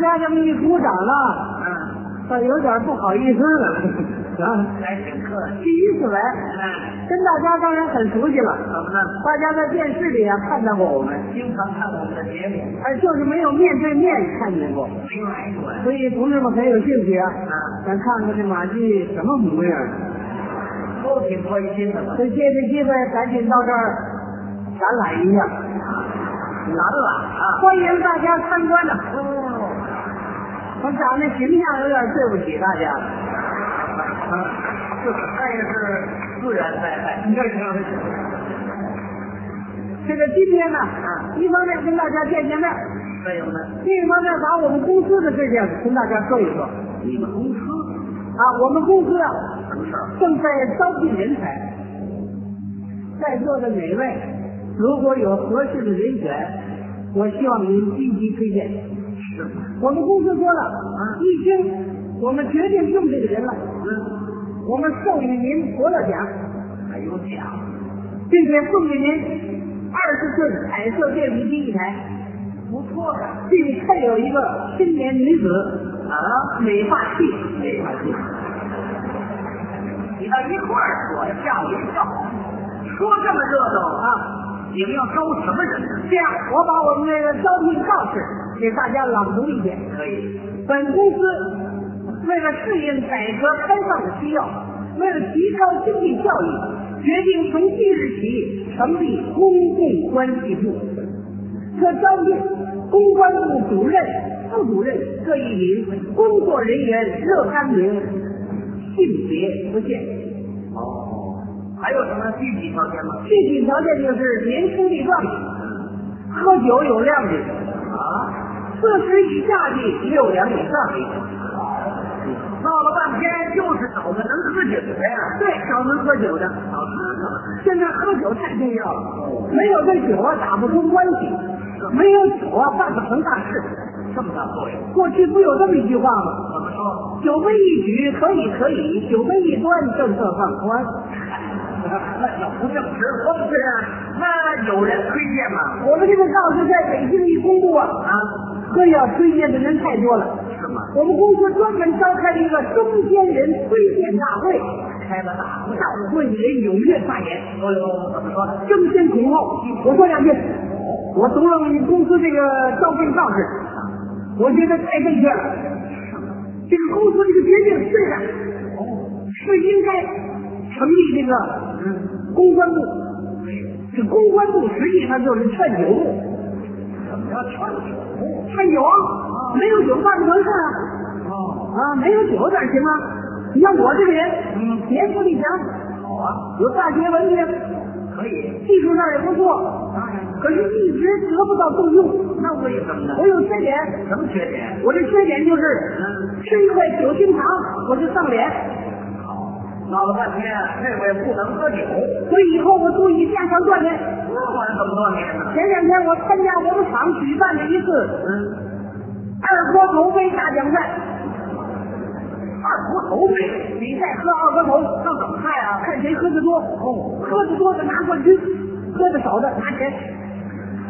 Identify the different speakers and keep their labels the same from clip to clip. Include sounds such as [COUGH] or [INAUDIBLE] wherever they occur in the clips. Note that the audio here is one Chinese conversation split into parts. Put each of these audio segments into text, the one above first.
Speaker 1: 家这么一鼓掌啊，
Speaker 2: 嗯，
Speaker 1: 倒有点不好意思了啊。
Speaker 2: 还挺客气。
Speaker 1: 第一次来，
Speaker 2: 嗯，
Speaker 1: 跟大家当然很熟悉了，
Speaker 2: 怎么呢？
Speaker 1: 大家在电视里啊看到过我
Speaker 2: 我
Speaker 1: 们，
Speaker 2: 们经常看我们的节目，
Speaker 1: 哎，就是没有面对面看见过，
Speaker 2: 没来过呀。
Speaker 1: 所以同志们很有兴趣啊，
Speaker 2: 啊，
Speaker 1: 咱看看这马季什么模样。
Speaker 2: 都挺关心的吧？
Speaker 1: 就借这机会，赶紧到这儿展览一下，
Speaker 2: 难了啊。
Speaker 1: 欢迎大家参观呐、
Speaker 2: 哦，
Speaker 1: 我长得形象有点对不起大家，
Speaker 2: 这那也是自然灾害。你看这，
Speaker 1: 这个今天呢
Speaker 2: 啊，
Speaker 1: 一方面跟大家见见面，
Speaker 2: 还有呢？
Speaker 1: 另一方面把我们公司的事情跟大家说一说。
Speaker 2: 你们公司
Speaker 1: 啊，我们公司啊
Speaker 2: 什么事儿？
Speaker 1: 正在招聘人才，在座的每位如果有合适的人选，我希望您积极推荐。
Speaker 2: 是吗？
Speaker 1: 我们公司说了，啊，一听我们决定用这个人了，
Speaker 2: 嗯，
Speaker 1: 我们授予您伯乐奖，
Speaker 2: 还有啊奖，
Speaker 1: 并且送给您二十寸彩色电视机一台，
Speaker 2: 不错啊呀。
Speaker 1: 并配有一个青年女子
Speaker 2: 啊，
Speaker 1: 美发器。
Speaker 2: 这块地，你到一块儿说呀，吓我一跳。说这么热闹啊，你们要招什么人呢？
Speaker 1: 这样，我把我们这个招聘告示给大家朗读一遍。
Speaker 2: 可以，
Speaker 1: 本公司为了适应改革开放的需要，为了提高经济效益，决定从即日起成立公共关系部，特招聘公关部主任、副主任各一名，工作人员若干名，性别不限。
Speaker 2: 还有什么具体条件吗？
Speaker 1: 具体条件就是年轻力壮，喝酒有量的，
Speaker 2: 啊，
Speaker 1: 四十以下的六两以上的。
Speaker 2: 闹了半天就是找个能喝酒的呀。
Speaker 1: 啊对，找能喝酒的。
Speaker 2: 啊，
Speaker 1: 现在喝酒太重要了，没有这酒啊打不出关系，没有酒啊办不成大事。
Speaker 2: 这么大作用？
Speaker 1: 过去不有这么一句话吗？
Speaker 2: 怎么说？
Speaker 1: 酒杯一举，可以可以；酒杯一端，政策放宽。
Speaker 2: 那要不正直，我们是啊。那有人推荐吗？
Speaker 1: 我们这个告示在北京一公布啊，
Speaker 2: 啊，
Speaker 1: 所以要推荐的人太多了。
Speaker 2: 是吗？
Speaker 1: 我们公司专门召开了一个中间人推荐大会，
Speaker 2: 开了大会。
Speaker 1: 大会里人踊跃发言。
Speaker 2: 哦呦，怎么说呢？
Speaker 1: 争先恐后。我说两句，我读了你公司这个招聘告示，我觉得太正确了。这个公司这个决定是啊，是应该成立这个嗯公关部。这公关部实际上就是劝酒部，
Speaker 2: 怎么叫劝酒？
Speaker 1: 劝酒啊，没有酒办不成事啊。
Speaker 2: 哦，
Speaker 1: 啊，没有酒哪行啊？你看我这个人，
Speaker 2: 嗯
Speaker 1: 年富力强，
Speaker 2: 好啊，
Speaker 1: 有大学文凭，
Speaker 2: 可以。
Speaker 1: 技术上也不错，
Speaker 2: 当然。
Speaker 1: 可是一直得不到重用。
Speaker 2: 那为什么呢？
Speaker 1: 我有缺点，
Speaker 2: 什么缺点？
Speaker 1: 我这缺点就是
Speaker 2: 嗯，
Speaker 1: 吃一块酒心糖我就上脸，
Speaker 2: 闹了半天啊，这回不能喝酒，
Speaker 1: 所以以后我注意加强锻炼。
Speaker 2: 那管怎么锻炼呢？
Speaker 1: 前两天我参加我们厂举办的一次
Speaker 2: 嗯，
Speaker 1: 二锅头杯大奖赛，
Speaker 2: 二锅头呗。
Speaker 1: 比赛喝二锅头，
Speaker 2: 这怎么看啊？
Speaker 1: 看谁喝的多，
Speaker 2: 哦，
Speaker 1: 喝的多的拿冠军，喝的少的拿钱。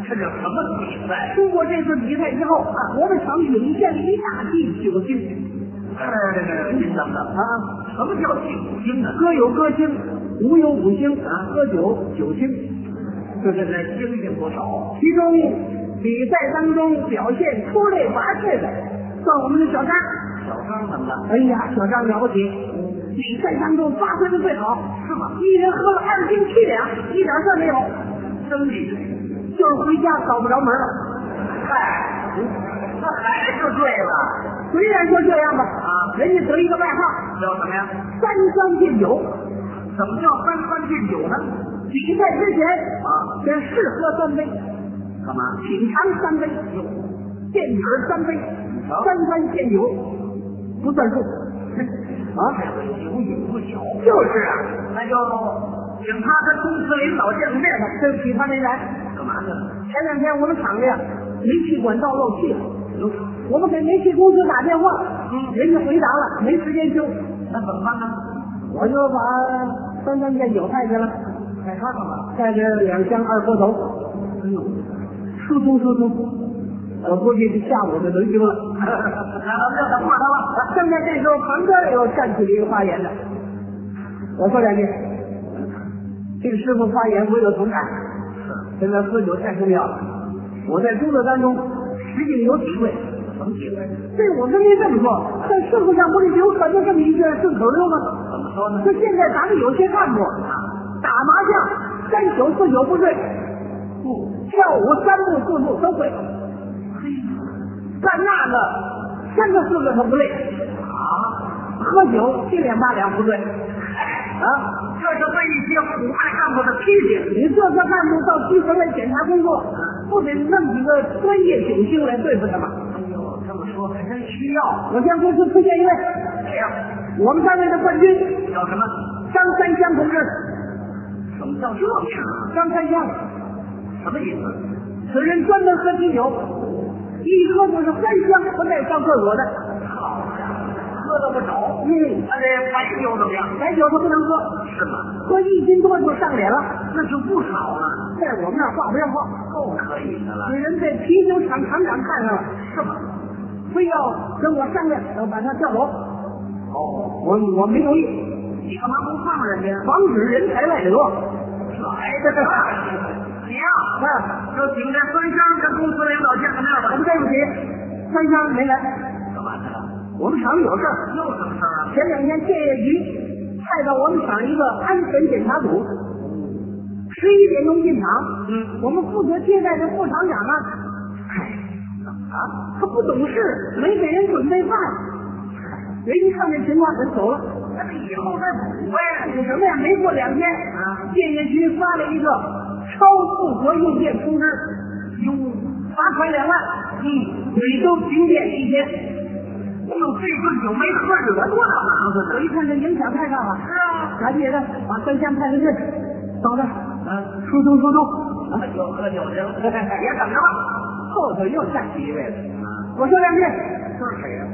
Speaker 2: 这叫什么比赛？
Speaker 1: 通过这次比赛之后，啊，我们厂涌现了一大批酒精
Speaker 2: 哎，您等等，
Speaker 1: 啊，
Speaker 2: 什么叫酒精呢？
Speaker 1: 歌有歌星，舞有舞星啊，喝酒酒星。
Speaker 2: 这这这精进不少。
Speaker 1: 其中比赛当中表现出类拔萃的，算我们的小张。
Speaker 2: 小张怎么了？
Speaker 1: 哎呀，小张了不起！比赛当中发挥的最好，
Speaker 2: 是吗？
Speaker 1: 一人喝了二斤七两，一点事儿没有，
Speaker 2: 真厉害！
Speaker 1: 就是回家找不着门了。
Speaker 2: 嗨，那还是对了。
Speaker 1: 虽然说这样吧，
Speaker 2: 啊
Speaker 1: 人家得一个外号
Speaker 2: 叫什么呀？
Speaker 1: “三三敬酒
Speaker 2: 怎么叫三三敬酒呢？”。
Speaker 1: 比赛之前
Speaker 2: 啊，
Speaker 1: 先试喝三杯，
Speaker 2: 干嘛？
Speaker 1: 品尝三杯，见底儿三杯，
Speaker 2: 好
Speaker 1: 三三见酒不算数啊。
Speaker 2: 酒瘾不小。
Speaker 1: 就是啊，
Speaker 2: 那就请他跟公司领导见个面吧。
Speaker 1: 对不起，他没来。
Speaker 2: 干嘛去了？
Speaker 1: 前两天我们厂里啊，煤气管道漏气了，
Speaker 2: 有
Speaker 1: 我们给煤气公司打电话，
Speaker 2: 嗯
Speaker 1: 人家回答了，没时间修，
Speaker 2: 那怎么办呢？ [LAUGHS]
Speaker 1: 我就把三三见酒带去了，嗯
Speaker 2: 在这儿干嘛？
Speaker 1: 带着两箱二锅头，
Speaker 2: 哎呦，
Speaker 1: 疏通疏通，我估计是下午就轮休了。 [LAUGHS]
Speaker 2: 那咱们就等会儿他了。
Speaker 1: 正在这时候，旁边又站起了一个发言的，我说两句。这个师傅发言我有同感，现在喝酒太重要了。我在工作当中实际有体会，
Speaker 2: 什么体会？
Speaker 1: 对我跟您这么说，在社会上不是流传着这么一句顺口溜吗？
Speaker 2: 怎么说呢？
Speaker 1: 就现在咱们有些干部打麻将三宿四宿不睡，跳舞三步四步都会，干那个三个四个他不累，
Speaker 2: 啊，
Speaker 1: 喝酒七两八两不醉，啊，
Speaker 2: 这是对一些腐败干部的批评。
Speaker 1: 你这个干部到基层来检查工作，不得弄几个专业警星来对付他吗？
Speaker 2: 哎呦，这么说还真需要。
Speaker 1: 我向公司推荐一位，
Speaker 2: 谁呀？
Speaker 1: 我们单位的冠军
Speaker 2: 叫什么？
Speaker 1: 张三江同志，
Speaker 2: 怎么叫这名儿啊？
Speaker 1: 张三江，
Speaker 2: 什么意思？
Speaker 1: 此人专门喝啤酒，一喝就是三箱不带上厕所的，
Speaker 2: 好家伙，喝得不少。
Speaker 1: 嗯，
Speaker 2: 那这白酒怎么样？
Speaker 1: 白酒他不能喝，
Speaker 2: 是吗？
Speaker 1: 喝一斤多就上脸了，
Speaker 2: 那就不少了，
Speaker 1: 在我们那儿话不要话，
Speaker 2: 够可以的了
Speaker 1: 给。人被啤酒厂厂长看上了。
Speaker 2: 是吗？
Speaker 1: 非要跟我商量，要把他调走。
Speaker 2: 哦，
Speaker 1: 我我没同意，
Speaker 2: 你干嘛不放人家？
Speaker 1: 防止人才外流。
Speaker 2: 来的，你呀、
Speaker 1: 啊，
Speaker 2: 就请这孙生跟公司领导见个面吧
Speaker 1: 我。们对不起，三香没来，
Speaker 2: 干嘛去了？
Speaker 1: 我们厂有事儿。
Speaker 2: 又什么事儿啊？
Speaker 1: 前两天建业局派到我们厂一个安全检查组，十一点钟进厂。
Speaker 2: 嗯，
Speaker 1: 我们负责接待的副厂长啊，
Speaker 2: 啊，
Speaker 1: 他不懂事，没给人准备饭。人一看这情况，人走了。
Speaker 2: 那你以后再补呗。
Speaker 1: 干什么呀？没过两天，
Speaker 2: 啊
Speaker 1: 建业局发了一个超负荷用电通知，
Speaker 2: 哟，
Speaker 1: 罚款两万，
Speaker 2: 嗯，
Speaker 1: 每周停电一天。
Speaker 2: 就这顿酒没喝，惹多大麻烦
Speaker 1: 我
Speaker 2: 呢？
Speaker 1: 一看这影响太大了，
Speaker 2: 是啊，
Speaker 1: 赶紧的把三箱派出去，走着，
Speaker 2: 嗯，
Speaker 1: 疏通疏通。
Speaker 2: 喝酒喝酒去了，别等着了。
Speaker 1: 后头又站起一位来，
Speaker 2: 嗯，
Speaker 1: 我说两句，
Speaker 2: 这是谁呀、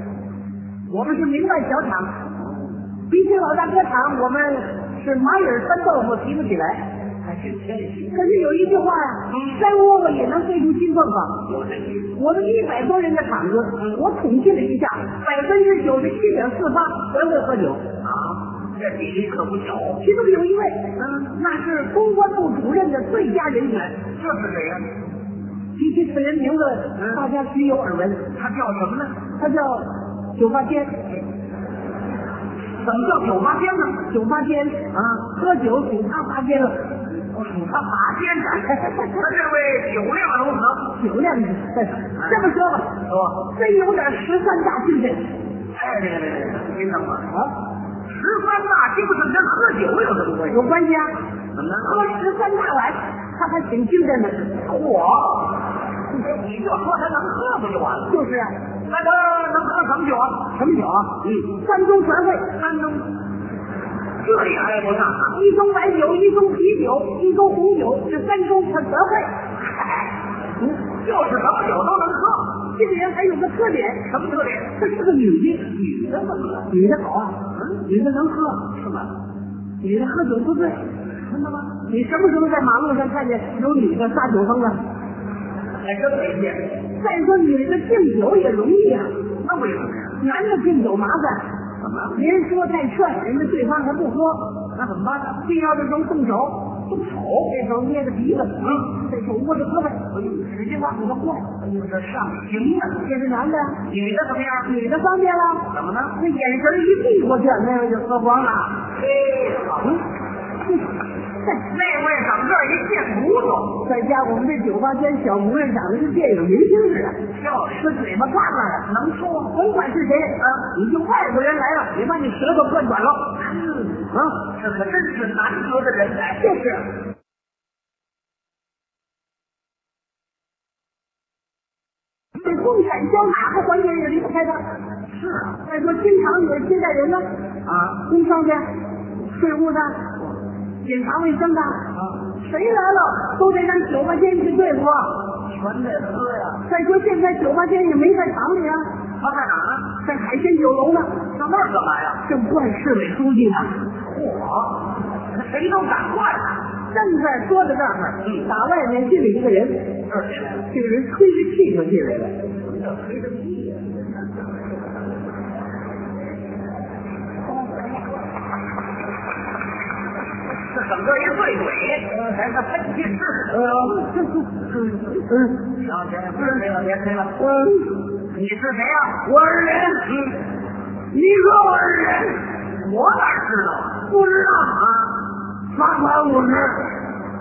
Speaker 1: 我们是明外小厂，比起老大哥厂，我们是蚂蚁翻豆腐提不起来。
Speaker 2: 还挺谦虚，
Speaker 1: 可是有一句话呀、
Speaker 2: 嗯
Speaker 1: 山窝窝也能飞出金凤凰。
Speaker 2: 有这意
Speaker 1: 我们一百多人的厂子，我统计了一下，百分之九十七点四八全会喝酒，
Speaker 2: 思啊，这比例可不小。
Speaker 1: 其中有一位，
Speaker 2: 嗯，
Speaker 1: 那是公关部主任的最佳人选。
Speaker 2: 这是谁呀、
Speaker 1: 提起此人名字，
Speaker 2: 嗯
Speaker 1: 大家须有耳闻，
Speaker 2: 他叫什么呢？
Speaker 1: 他叫九八天，
Speaker 2: 怎么叫酒吧仙呢？
Speaker 1: 九八天啊，喝酒数他八天了，哦
Speaker 2: 我数他八仙呢。他这位酒量如何？
Speaker 1: 酒量这么说吧，
Speaker 2: 说，
Speaker 1: 真有点十三大精神
Speaker 2: 哎，这个这个，您等会儿。
Speaker 1: 啊，
Speaker 2: 十三大精神跟喝酒有什么关系？
Speaker 1: 有关系啊，
Speaker 2: 怎么
Speaker 1: 喝十三大碗，他还挺精神的，
Speaker 2: 我，你就说他能喝不就完了？
Speaker 1: 就是啊，
Speaker 2: 那他能喝什么酒啊？
Speaker 1: 什么酒啊？
Speaker 2: 嗯，
Speaker 1: 山东全会。
Speaker 2: 山东。这也挨不上啊！
Speaker 1: 一盅白酒，一盅啤酒，一盅红酒，这三盅他全会。
Speaker 2: 就是什么酒都能喝，
Speaker 1: 这个人还有个特点，
Speaker 2: 什么特点？
Speaker 1: 她是个女的，
Speaker 2: 女的怎么了？
Speaker 1: 女的好啊，
Speaker 2: 嗯，
Speaker 1: 女的能喝，
Speaker 2: 是吗？
Speaker 1: 女的喝酒不醉。
Speaker 2: 真的吗？
Speaker 1: 你什么时候在马路上看见有女的撒酒疯了？
Speaker 2: 还真没见。
Speaker 1: 再说女的敬酒也容易啊，
Speaker 2: 那为什么呀？
Speaker 1: 男的敬酒麻烦，
Speaker 2: 怎么了？
Speaker 1: 别人说再劝，人家对方还不喝，
Speaker 2: 那怎么办呢？
Speaker 1: 必要的时候动手。
Speaker 2: 动手。
Speaker 1: 这手捏着鼻子，
Speaker 2: 嗯
Speaker 1: 这手握着胳膊，
Speaker 2: 哎呦，
Speaker 1: 使劲往里头灌。
Speaker 2: 哎呦，这上刑啊！
Speaker 1: 这是男的，
Speaker 2: 女的怎么样？
Speaker 1: 女的方便了。
Speaker 2: 怎么呢？
Speaker 1: 这眼神一避过去，那位就喝光了。
Speaker 2: 嘿，哎好。
Speaker 1: 哼
Speaker 2: 那位长这儿一见骨头，
Speaker 1: 再加我们这酒吧间小模样长得跟电影明星似的，
Speaker 2: 漂亮，
Speaker 1: 这嘴巴杠杠的，
Speaker 2: 能说。
Speaker 1: 甭管是谁，啊，你就外国人来了，你把你舌头攥短了，
Speaker 2: 嗯，
Speaker 1: 啊，
Speaker 2: 这可真是难得的人才。
Speaker 1: 就是。这共产交哪个环节也离不开他。
Speaker 2: 是啊，
Speaker 1: 再说经常也接待人呢，
Speaker 2: 啊
Speaker 1: 工商的、税务的、检查卫生的，
Speaker 2: 啊，
Speaker 1: 谁来了都得让酒吧间去对付啊。
Speaker 2: 全得喝呀。
Speaker 1: 再说现在酒吧间也没在厂里啊，
Speaker 2: 他在哪儿呢？
Speaker 1: 在海鲜酒楼呢，
Speaker 2: 上那儿干嘛呀？
Speaker 1: 正换市委书记呢。
Speaker 2: 我，谁都敢惯。
Speaker 1: 站这儿说到这儿，
Speaker 2: 嗯
Speaker 1: 打外面进来一个人，
Speaker 2: 二十来
Speaker 1: 这个人吹着气球进来了，
Speaker 2: 什么叫吹着屁呀？这整个一醉鬼，呃还是喷气式的。
Speaker 1: 嗯，
Speaker 2: 行行，别吹了，别吹了。
Speaker 1: 嗯，
Speaker 2: 你是谁呀、
Speaker 1: 我是人，
Speaker 2: 嗯，
Speaker 1: 你说我是人，
Speaker 2: 我哪知道啊？
Speaker 1: 不知道啊，罚款五十，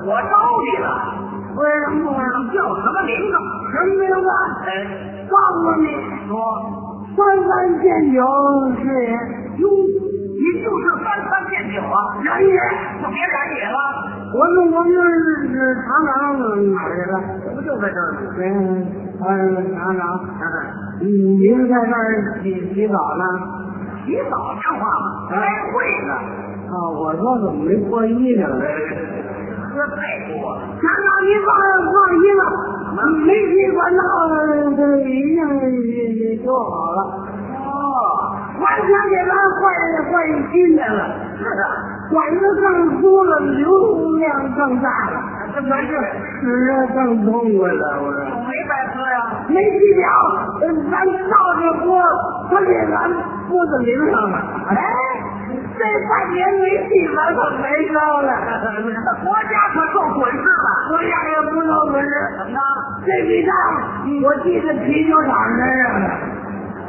Speaker 2: 我招你了。
Speaker 1: 为什么我
Speaker 2: 你叫什么名字？
Speaker 1: 什么名字？
Speaker 2: 哎，
Speaker 1: 告诉你，
Speaker 2: 说，
Speaker 1: 三三见酒是也，哟，
Speaker 2: 你就是三三见酒啊？
Speaker 1: 然也，
Speaker 2: 就别染野了，
Speaker 1: 我们我们是厂长哪儿去了？
Speaker 2: 不就在这儿吗？
Speaker 1: 嗯，嗯，厂长，
Speaker 2: 嗯，
Speaker 1: 嗯，您在那儿洗洗澡呢？
Speaker 2: 洗澡像话吗？开会呢，
Speaker 1: 啊，我说怎么没脱衣裳呢？
Speaker 2: 喝太多了。
Speaker 1: 厂长，您放放衣裳，没洗管道这一定也也修好了，
Speaker 2: 哦，
Speaker 1: 完全给咱换换新的了，
Speaker 2: 是啊，
Speaker 1: 管子更粗了，流量更大了，
Speaker 2: 这没事，
Speaker 1: 使着更痛快了，我说。
Speaker 2: 没白喝呀。
Speaker 1: 没洗了，呃咱照着锅，他给咱锅子淋上了。哎，这半年没洗，咱可没招了。
Speaker 2: 国家可受损失了。
Speaker 1: 我家也不能不是，
Speaker 2: 怎么着？
Speaker 1: 这笔账我记在啤酒厂身上了。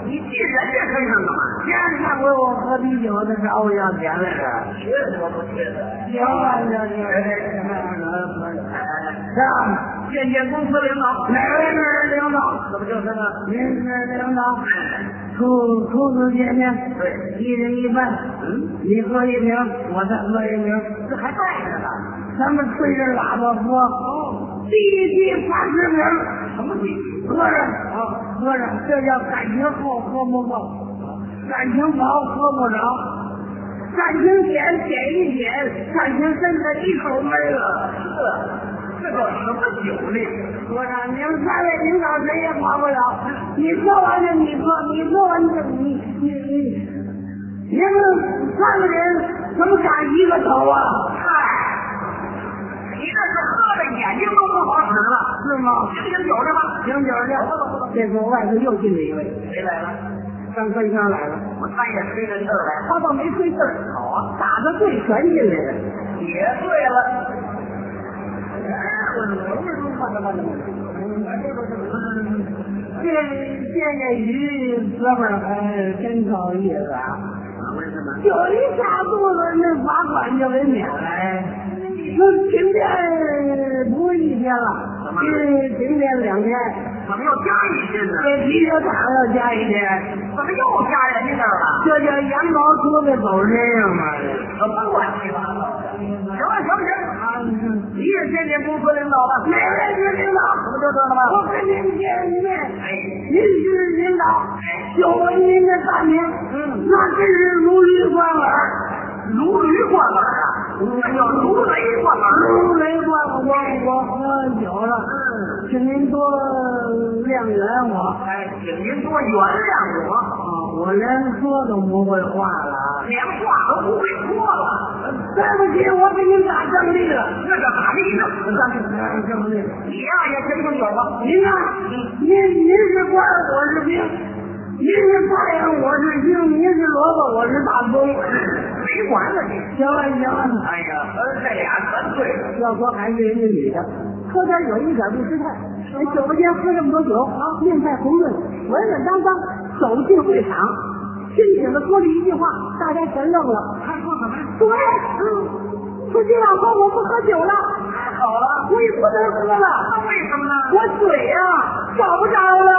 Speaker 2: 你记人家身上干嘛？
Speaker 1: 这上回我喝啤酒的时候我要钱来着。
Speaker 2: 缺德不缺德？
Speaker 1: 行了，行行行，
Speaker 2: 哎，
Speaker 1: 是啊，
Speaker 2: 见见公司领导，
Speaker 1: 哪位是领导？
Speaker 2: 怎么就是呢？
Speaker 1: 您是领导，初初次见面，
Speaker 2: 对，
Speaker 1: 一人一半，
Speaker 2: 嗯，
Speaker 1: 你喝一瓶，我再喝一瓶。
Speaker 2: 这还带着呢。
Speaker 1: 咱们吹着喇叭说，
Speaker 2: 哦，
Speaker 1: 第一滴八十瓶，
Speaker 2: 什么规矩？
Speaker 1: 喝着啊，喝着，这叫感情厚喝不够，感情薄喝不着，感情浅点一点，感情深的一口闷了。
Speaker 2: 这这叫什么酒呢？
Speaker 1: 我让你们三位领导谁也跑不了，你喝完了你喝，你喝完就你你你，你们三个人怎么敢一个头啊？
Speaker 2: 嗨，你这是喝的眼睛都不好使了。
Speaker 1: 是吗？
Speaker 2: 醒醒酒去吧。
Speaker 1: 行酒了，这时候外头又进来一位，
Speaker 2: 谁来了？
Speaker 1: 张三香来了。
Speaker 2: 我他也吹着气儿来。
Speaker 1: 他倒没吹字儿，好啊，打着醉拳进来的。
Speaker 2: 也对了。
Speaker 1: 这这个鱼哥们儿还真够意思啊！
Speaker 2: 为什么？
Speaker 1: 酒一下肚子，那罚款就给免了。哎那停电不是一天了，
Speaker 2: 怎么
Speaker 1: 是停电两天，
Speaker 2: 怎么又加一斤呢？
Speaker 1: 这啤酒厂要加一天，
Speaker 2: 怎么又加人家那儿了？
Speaker 1: 这叫羊毛出在狗
Speaker 2: 哎
Speaker 1: 身上嘛！
Speaker 2: 什么乱七八糟的？行了行了
Speaker 1: 啊，
Speaker 2: 行，你也见见公司领导吧。
Speaker 1: 哪位是领导？
Speaker 2: 怎么就这了吗？
Speaker 1: 我跟您见面。
Speaker 2: 哎，
Speaker 1: 您是领导，久闻您的大名，
Speaker 2: 嗯
Speaker 1: 那真是如雷贯耳，
Speaker 2: 如驴贯耳啊！那叫如雷贯耳。
Speaker 1: 如雷贯耳。我我喝酒了，
Speaker 2: 嗯，
Speaker 1: 请您多谅解我啊！
Speaker 2: 哎，请您多原谅我，
Speaker 1: 我连说都不会话了啊！
Speaker 2: 连话都不会说了，
Speaker 1: 对不起，我给您打正例了，
Speaker 2: 那叫咋地呢？
Speaker 1: 打正例了。
Speaker 2: 你呀、也听听酒吧。
Speaker 1: 您呢？您您是官儿，我是兵；您是太阳，我是星；您是萝卜，我是大葱。
Speaker 2: 没完了你！
Speaker 1: 行了行了。
Speaker 2: 哎呀，这俩全对了。
Speaker 1: 要说还是人家女的，喝点酒一点不失态。那酒吧间喝这么多酒啊，面带红润，稳稳当当走进会场，轻轻的说了一句话，大家全愣了。
Speaker 2: 他说什么？
Speaker 1: 对，嗯，从今往后我不喝酒了，
Speaker 2: 太好了，
Speaker 1: 我也不能喝了，
Speaker 2: 那为什么呢？
Speaker 1: 啊我嘴呀、找不着了。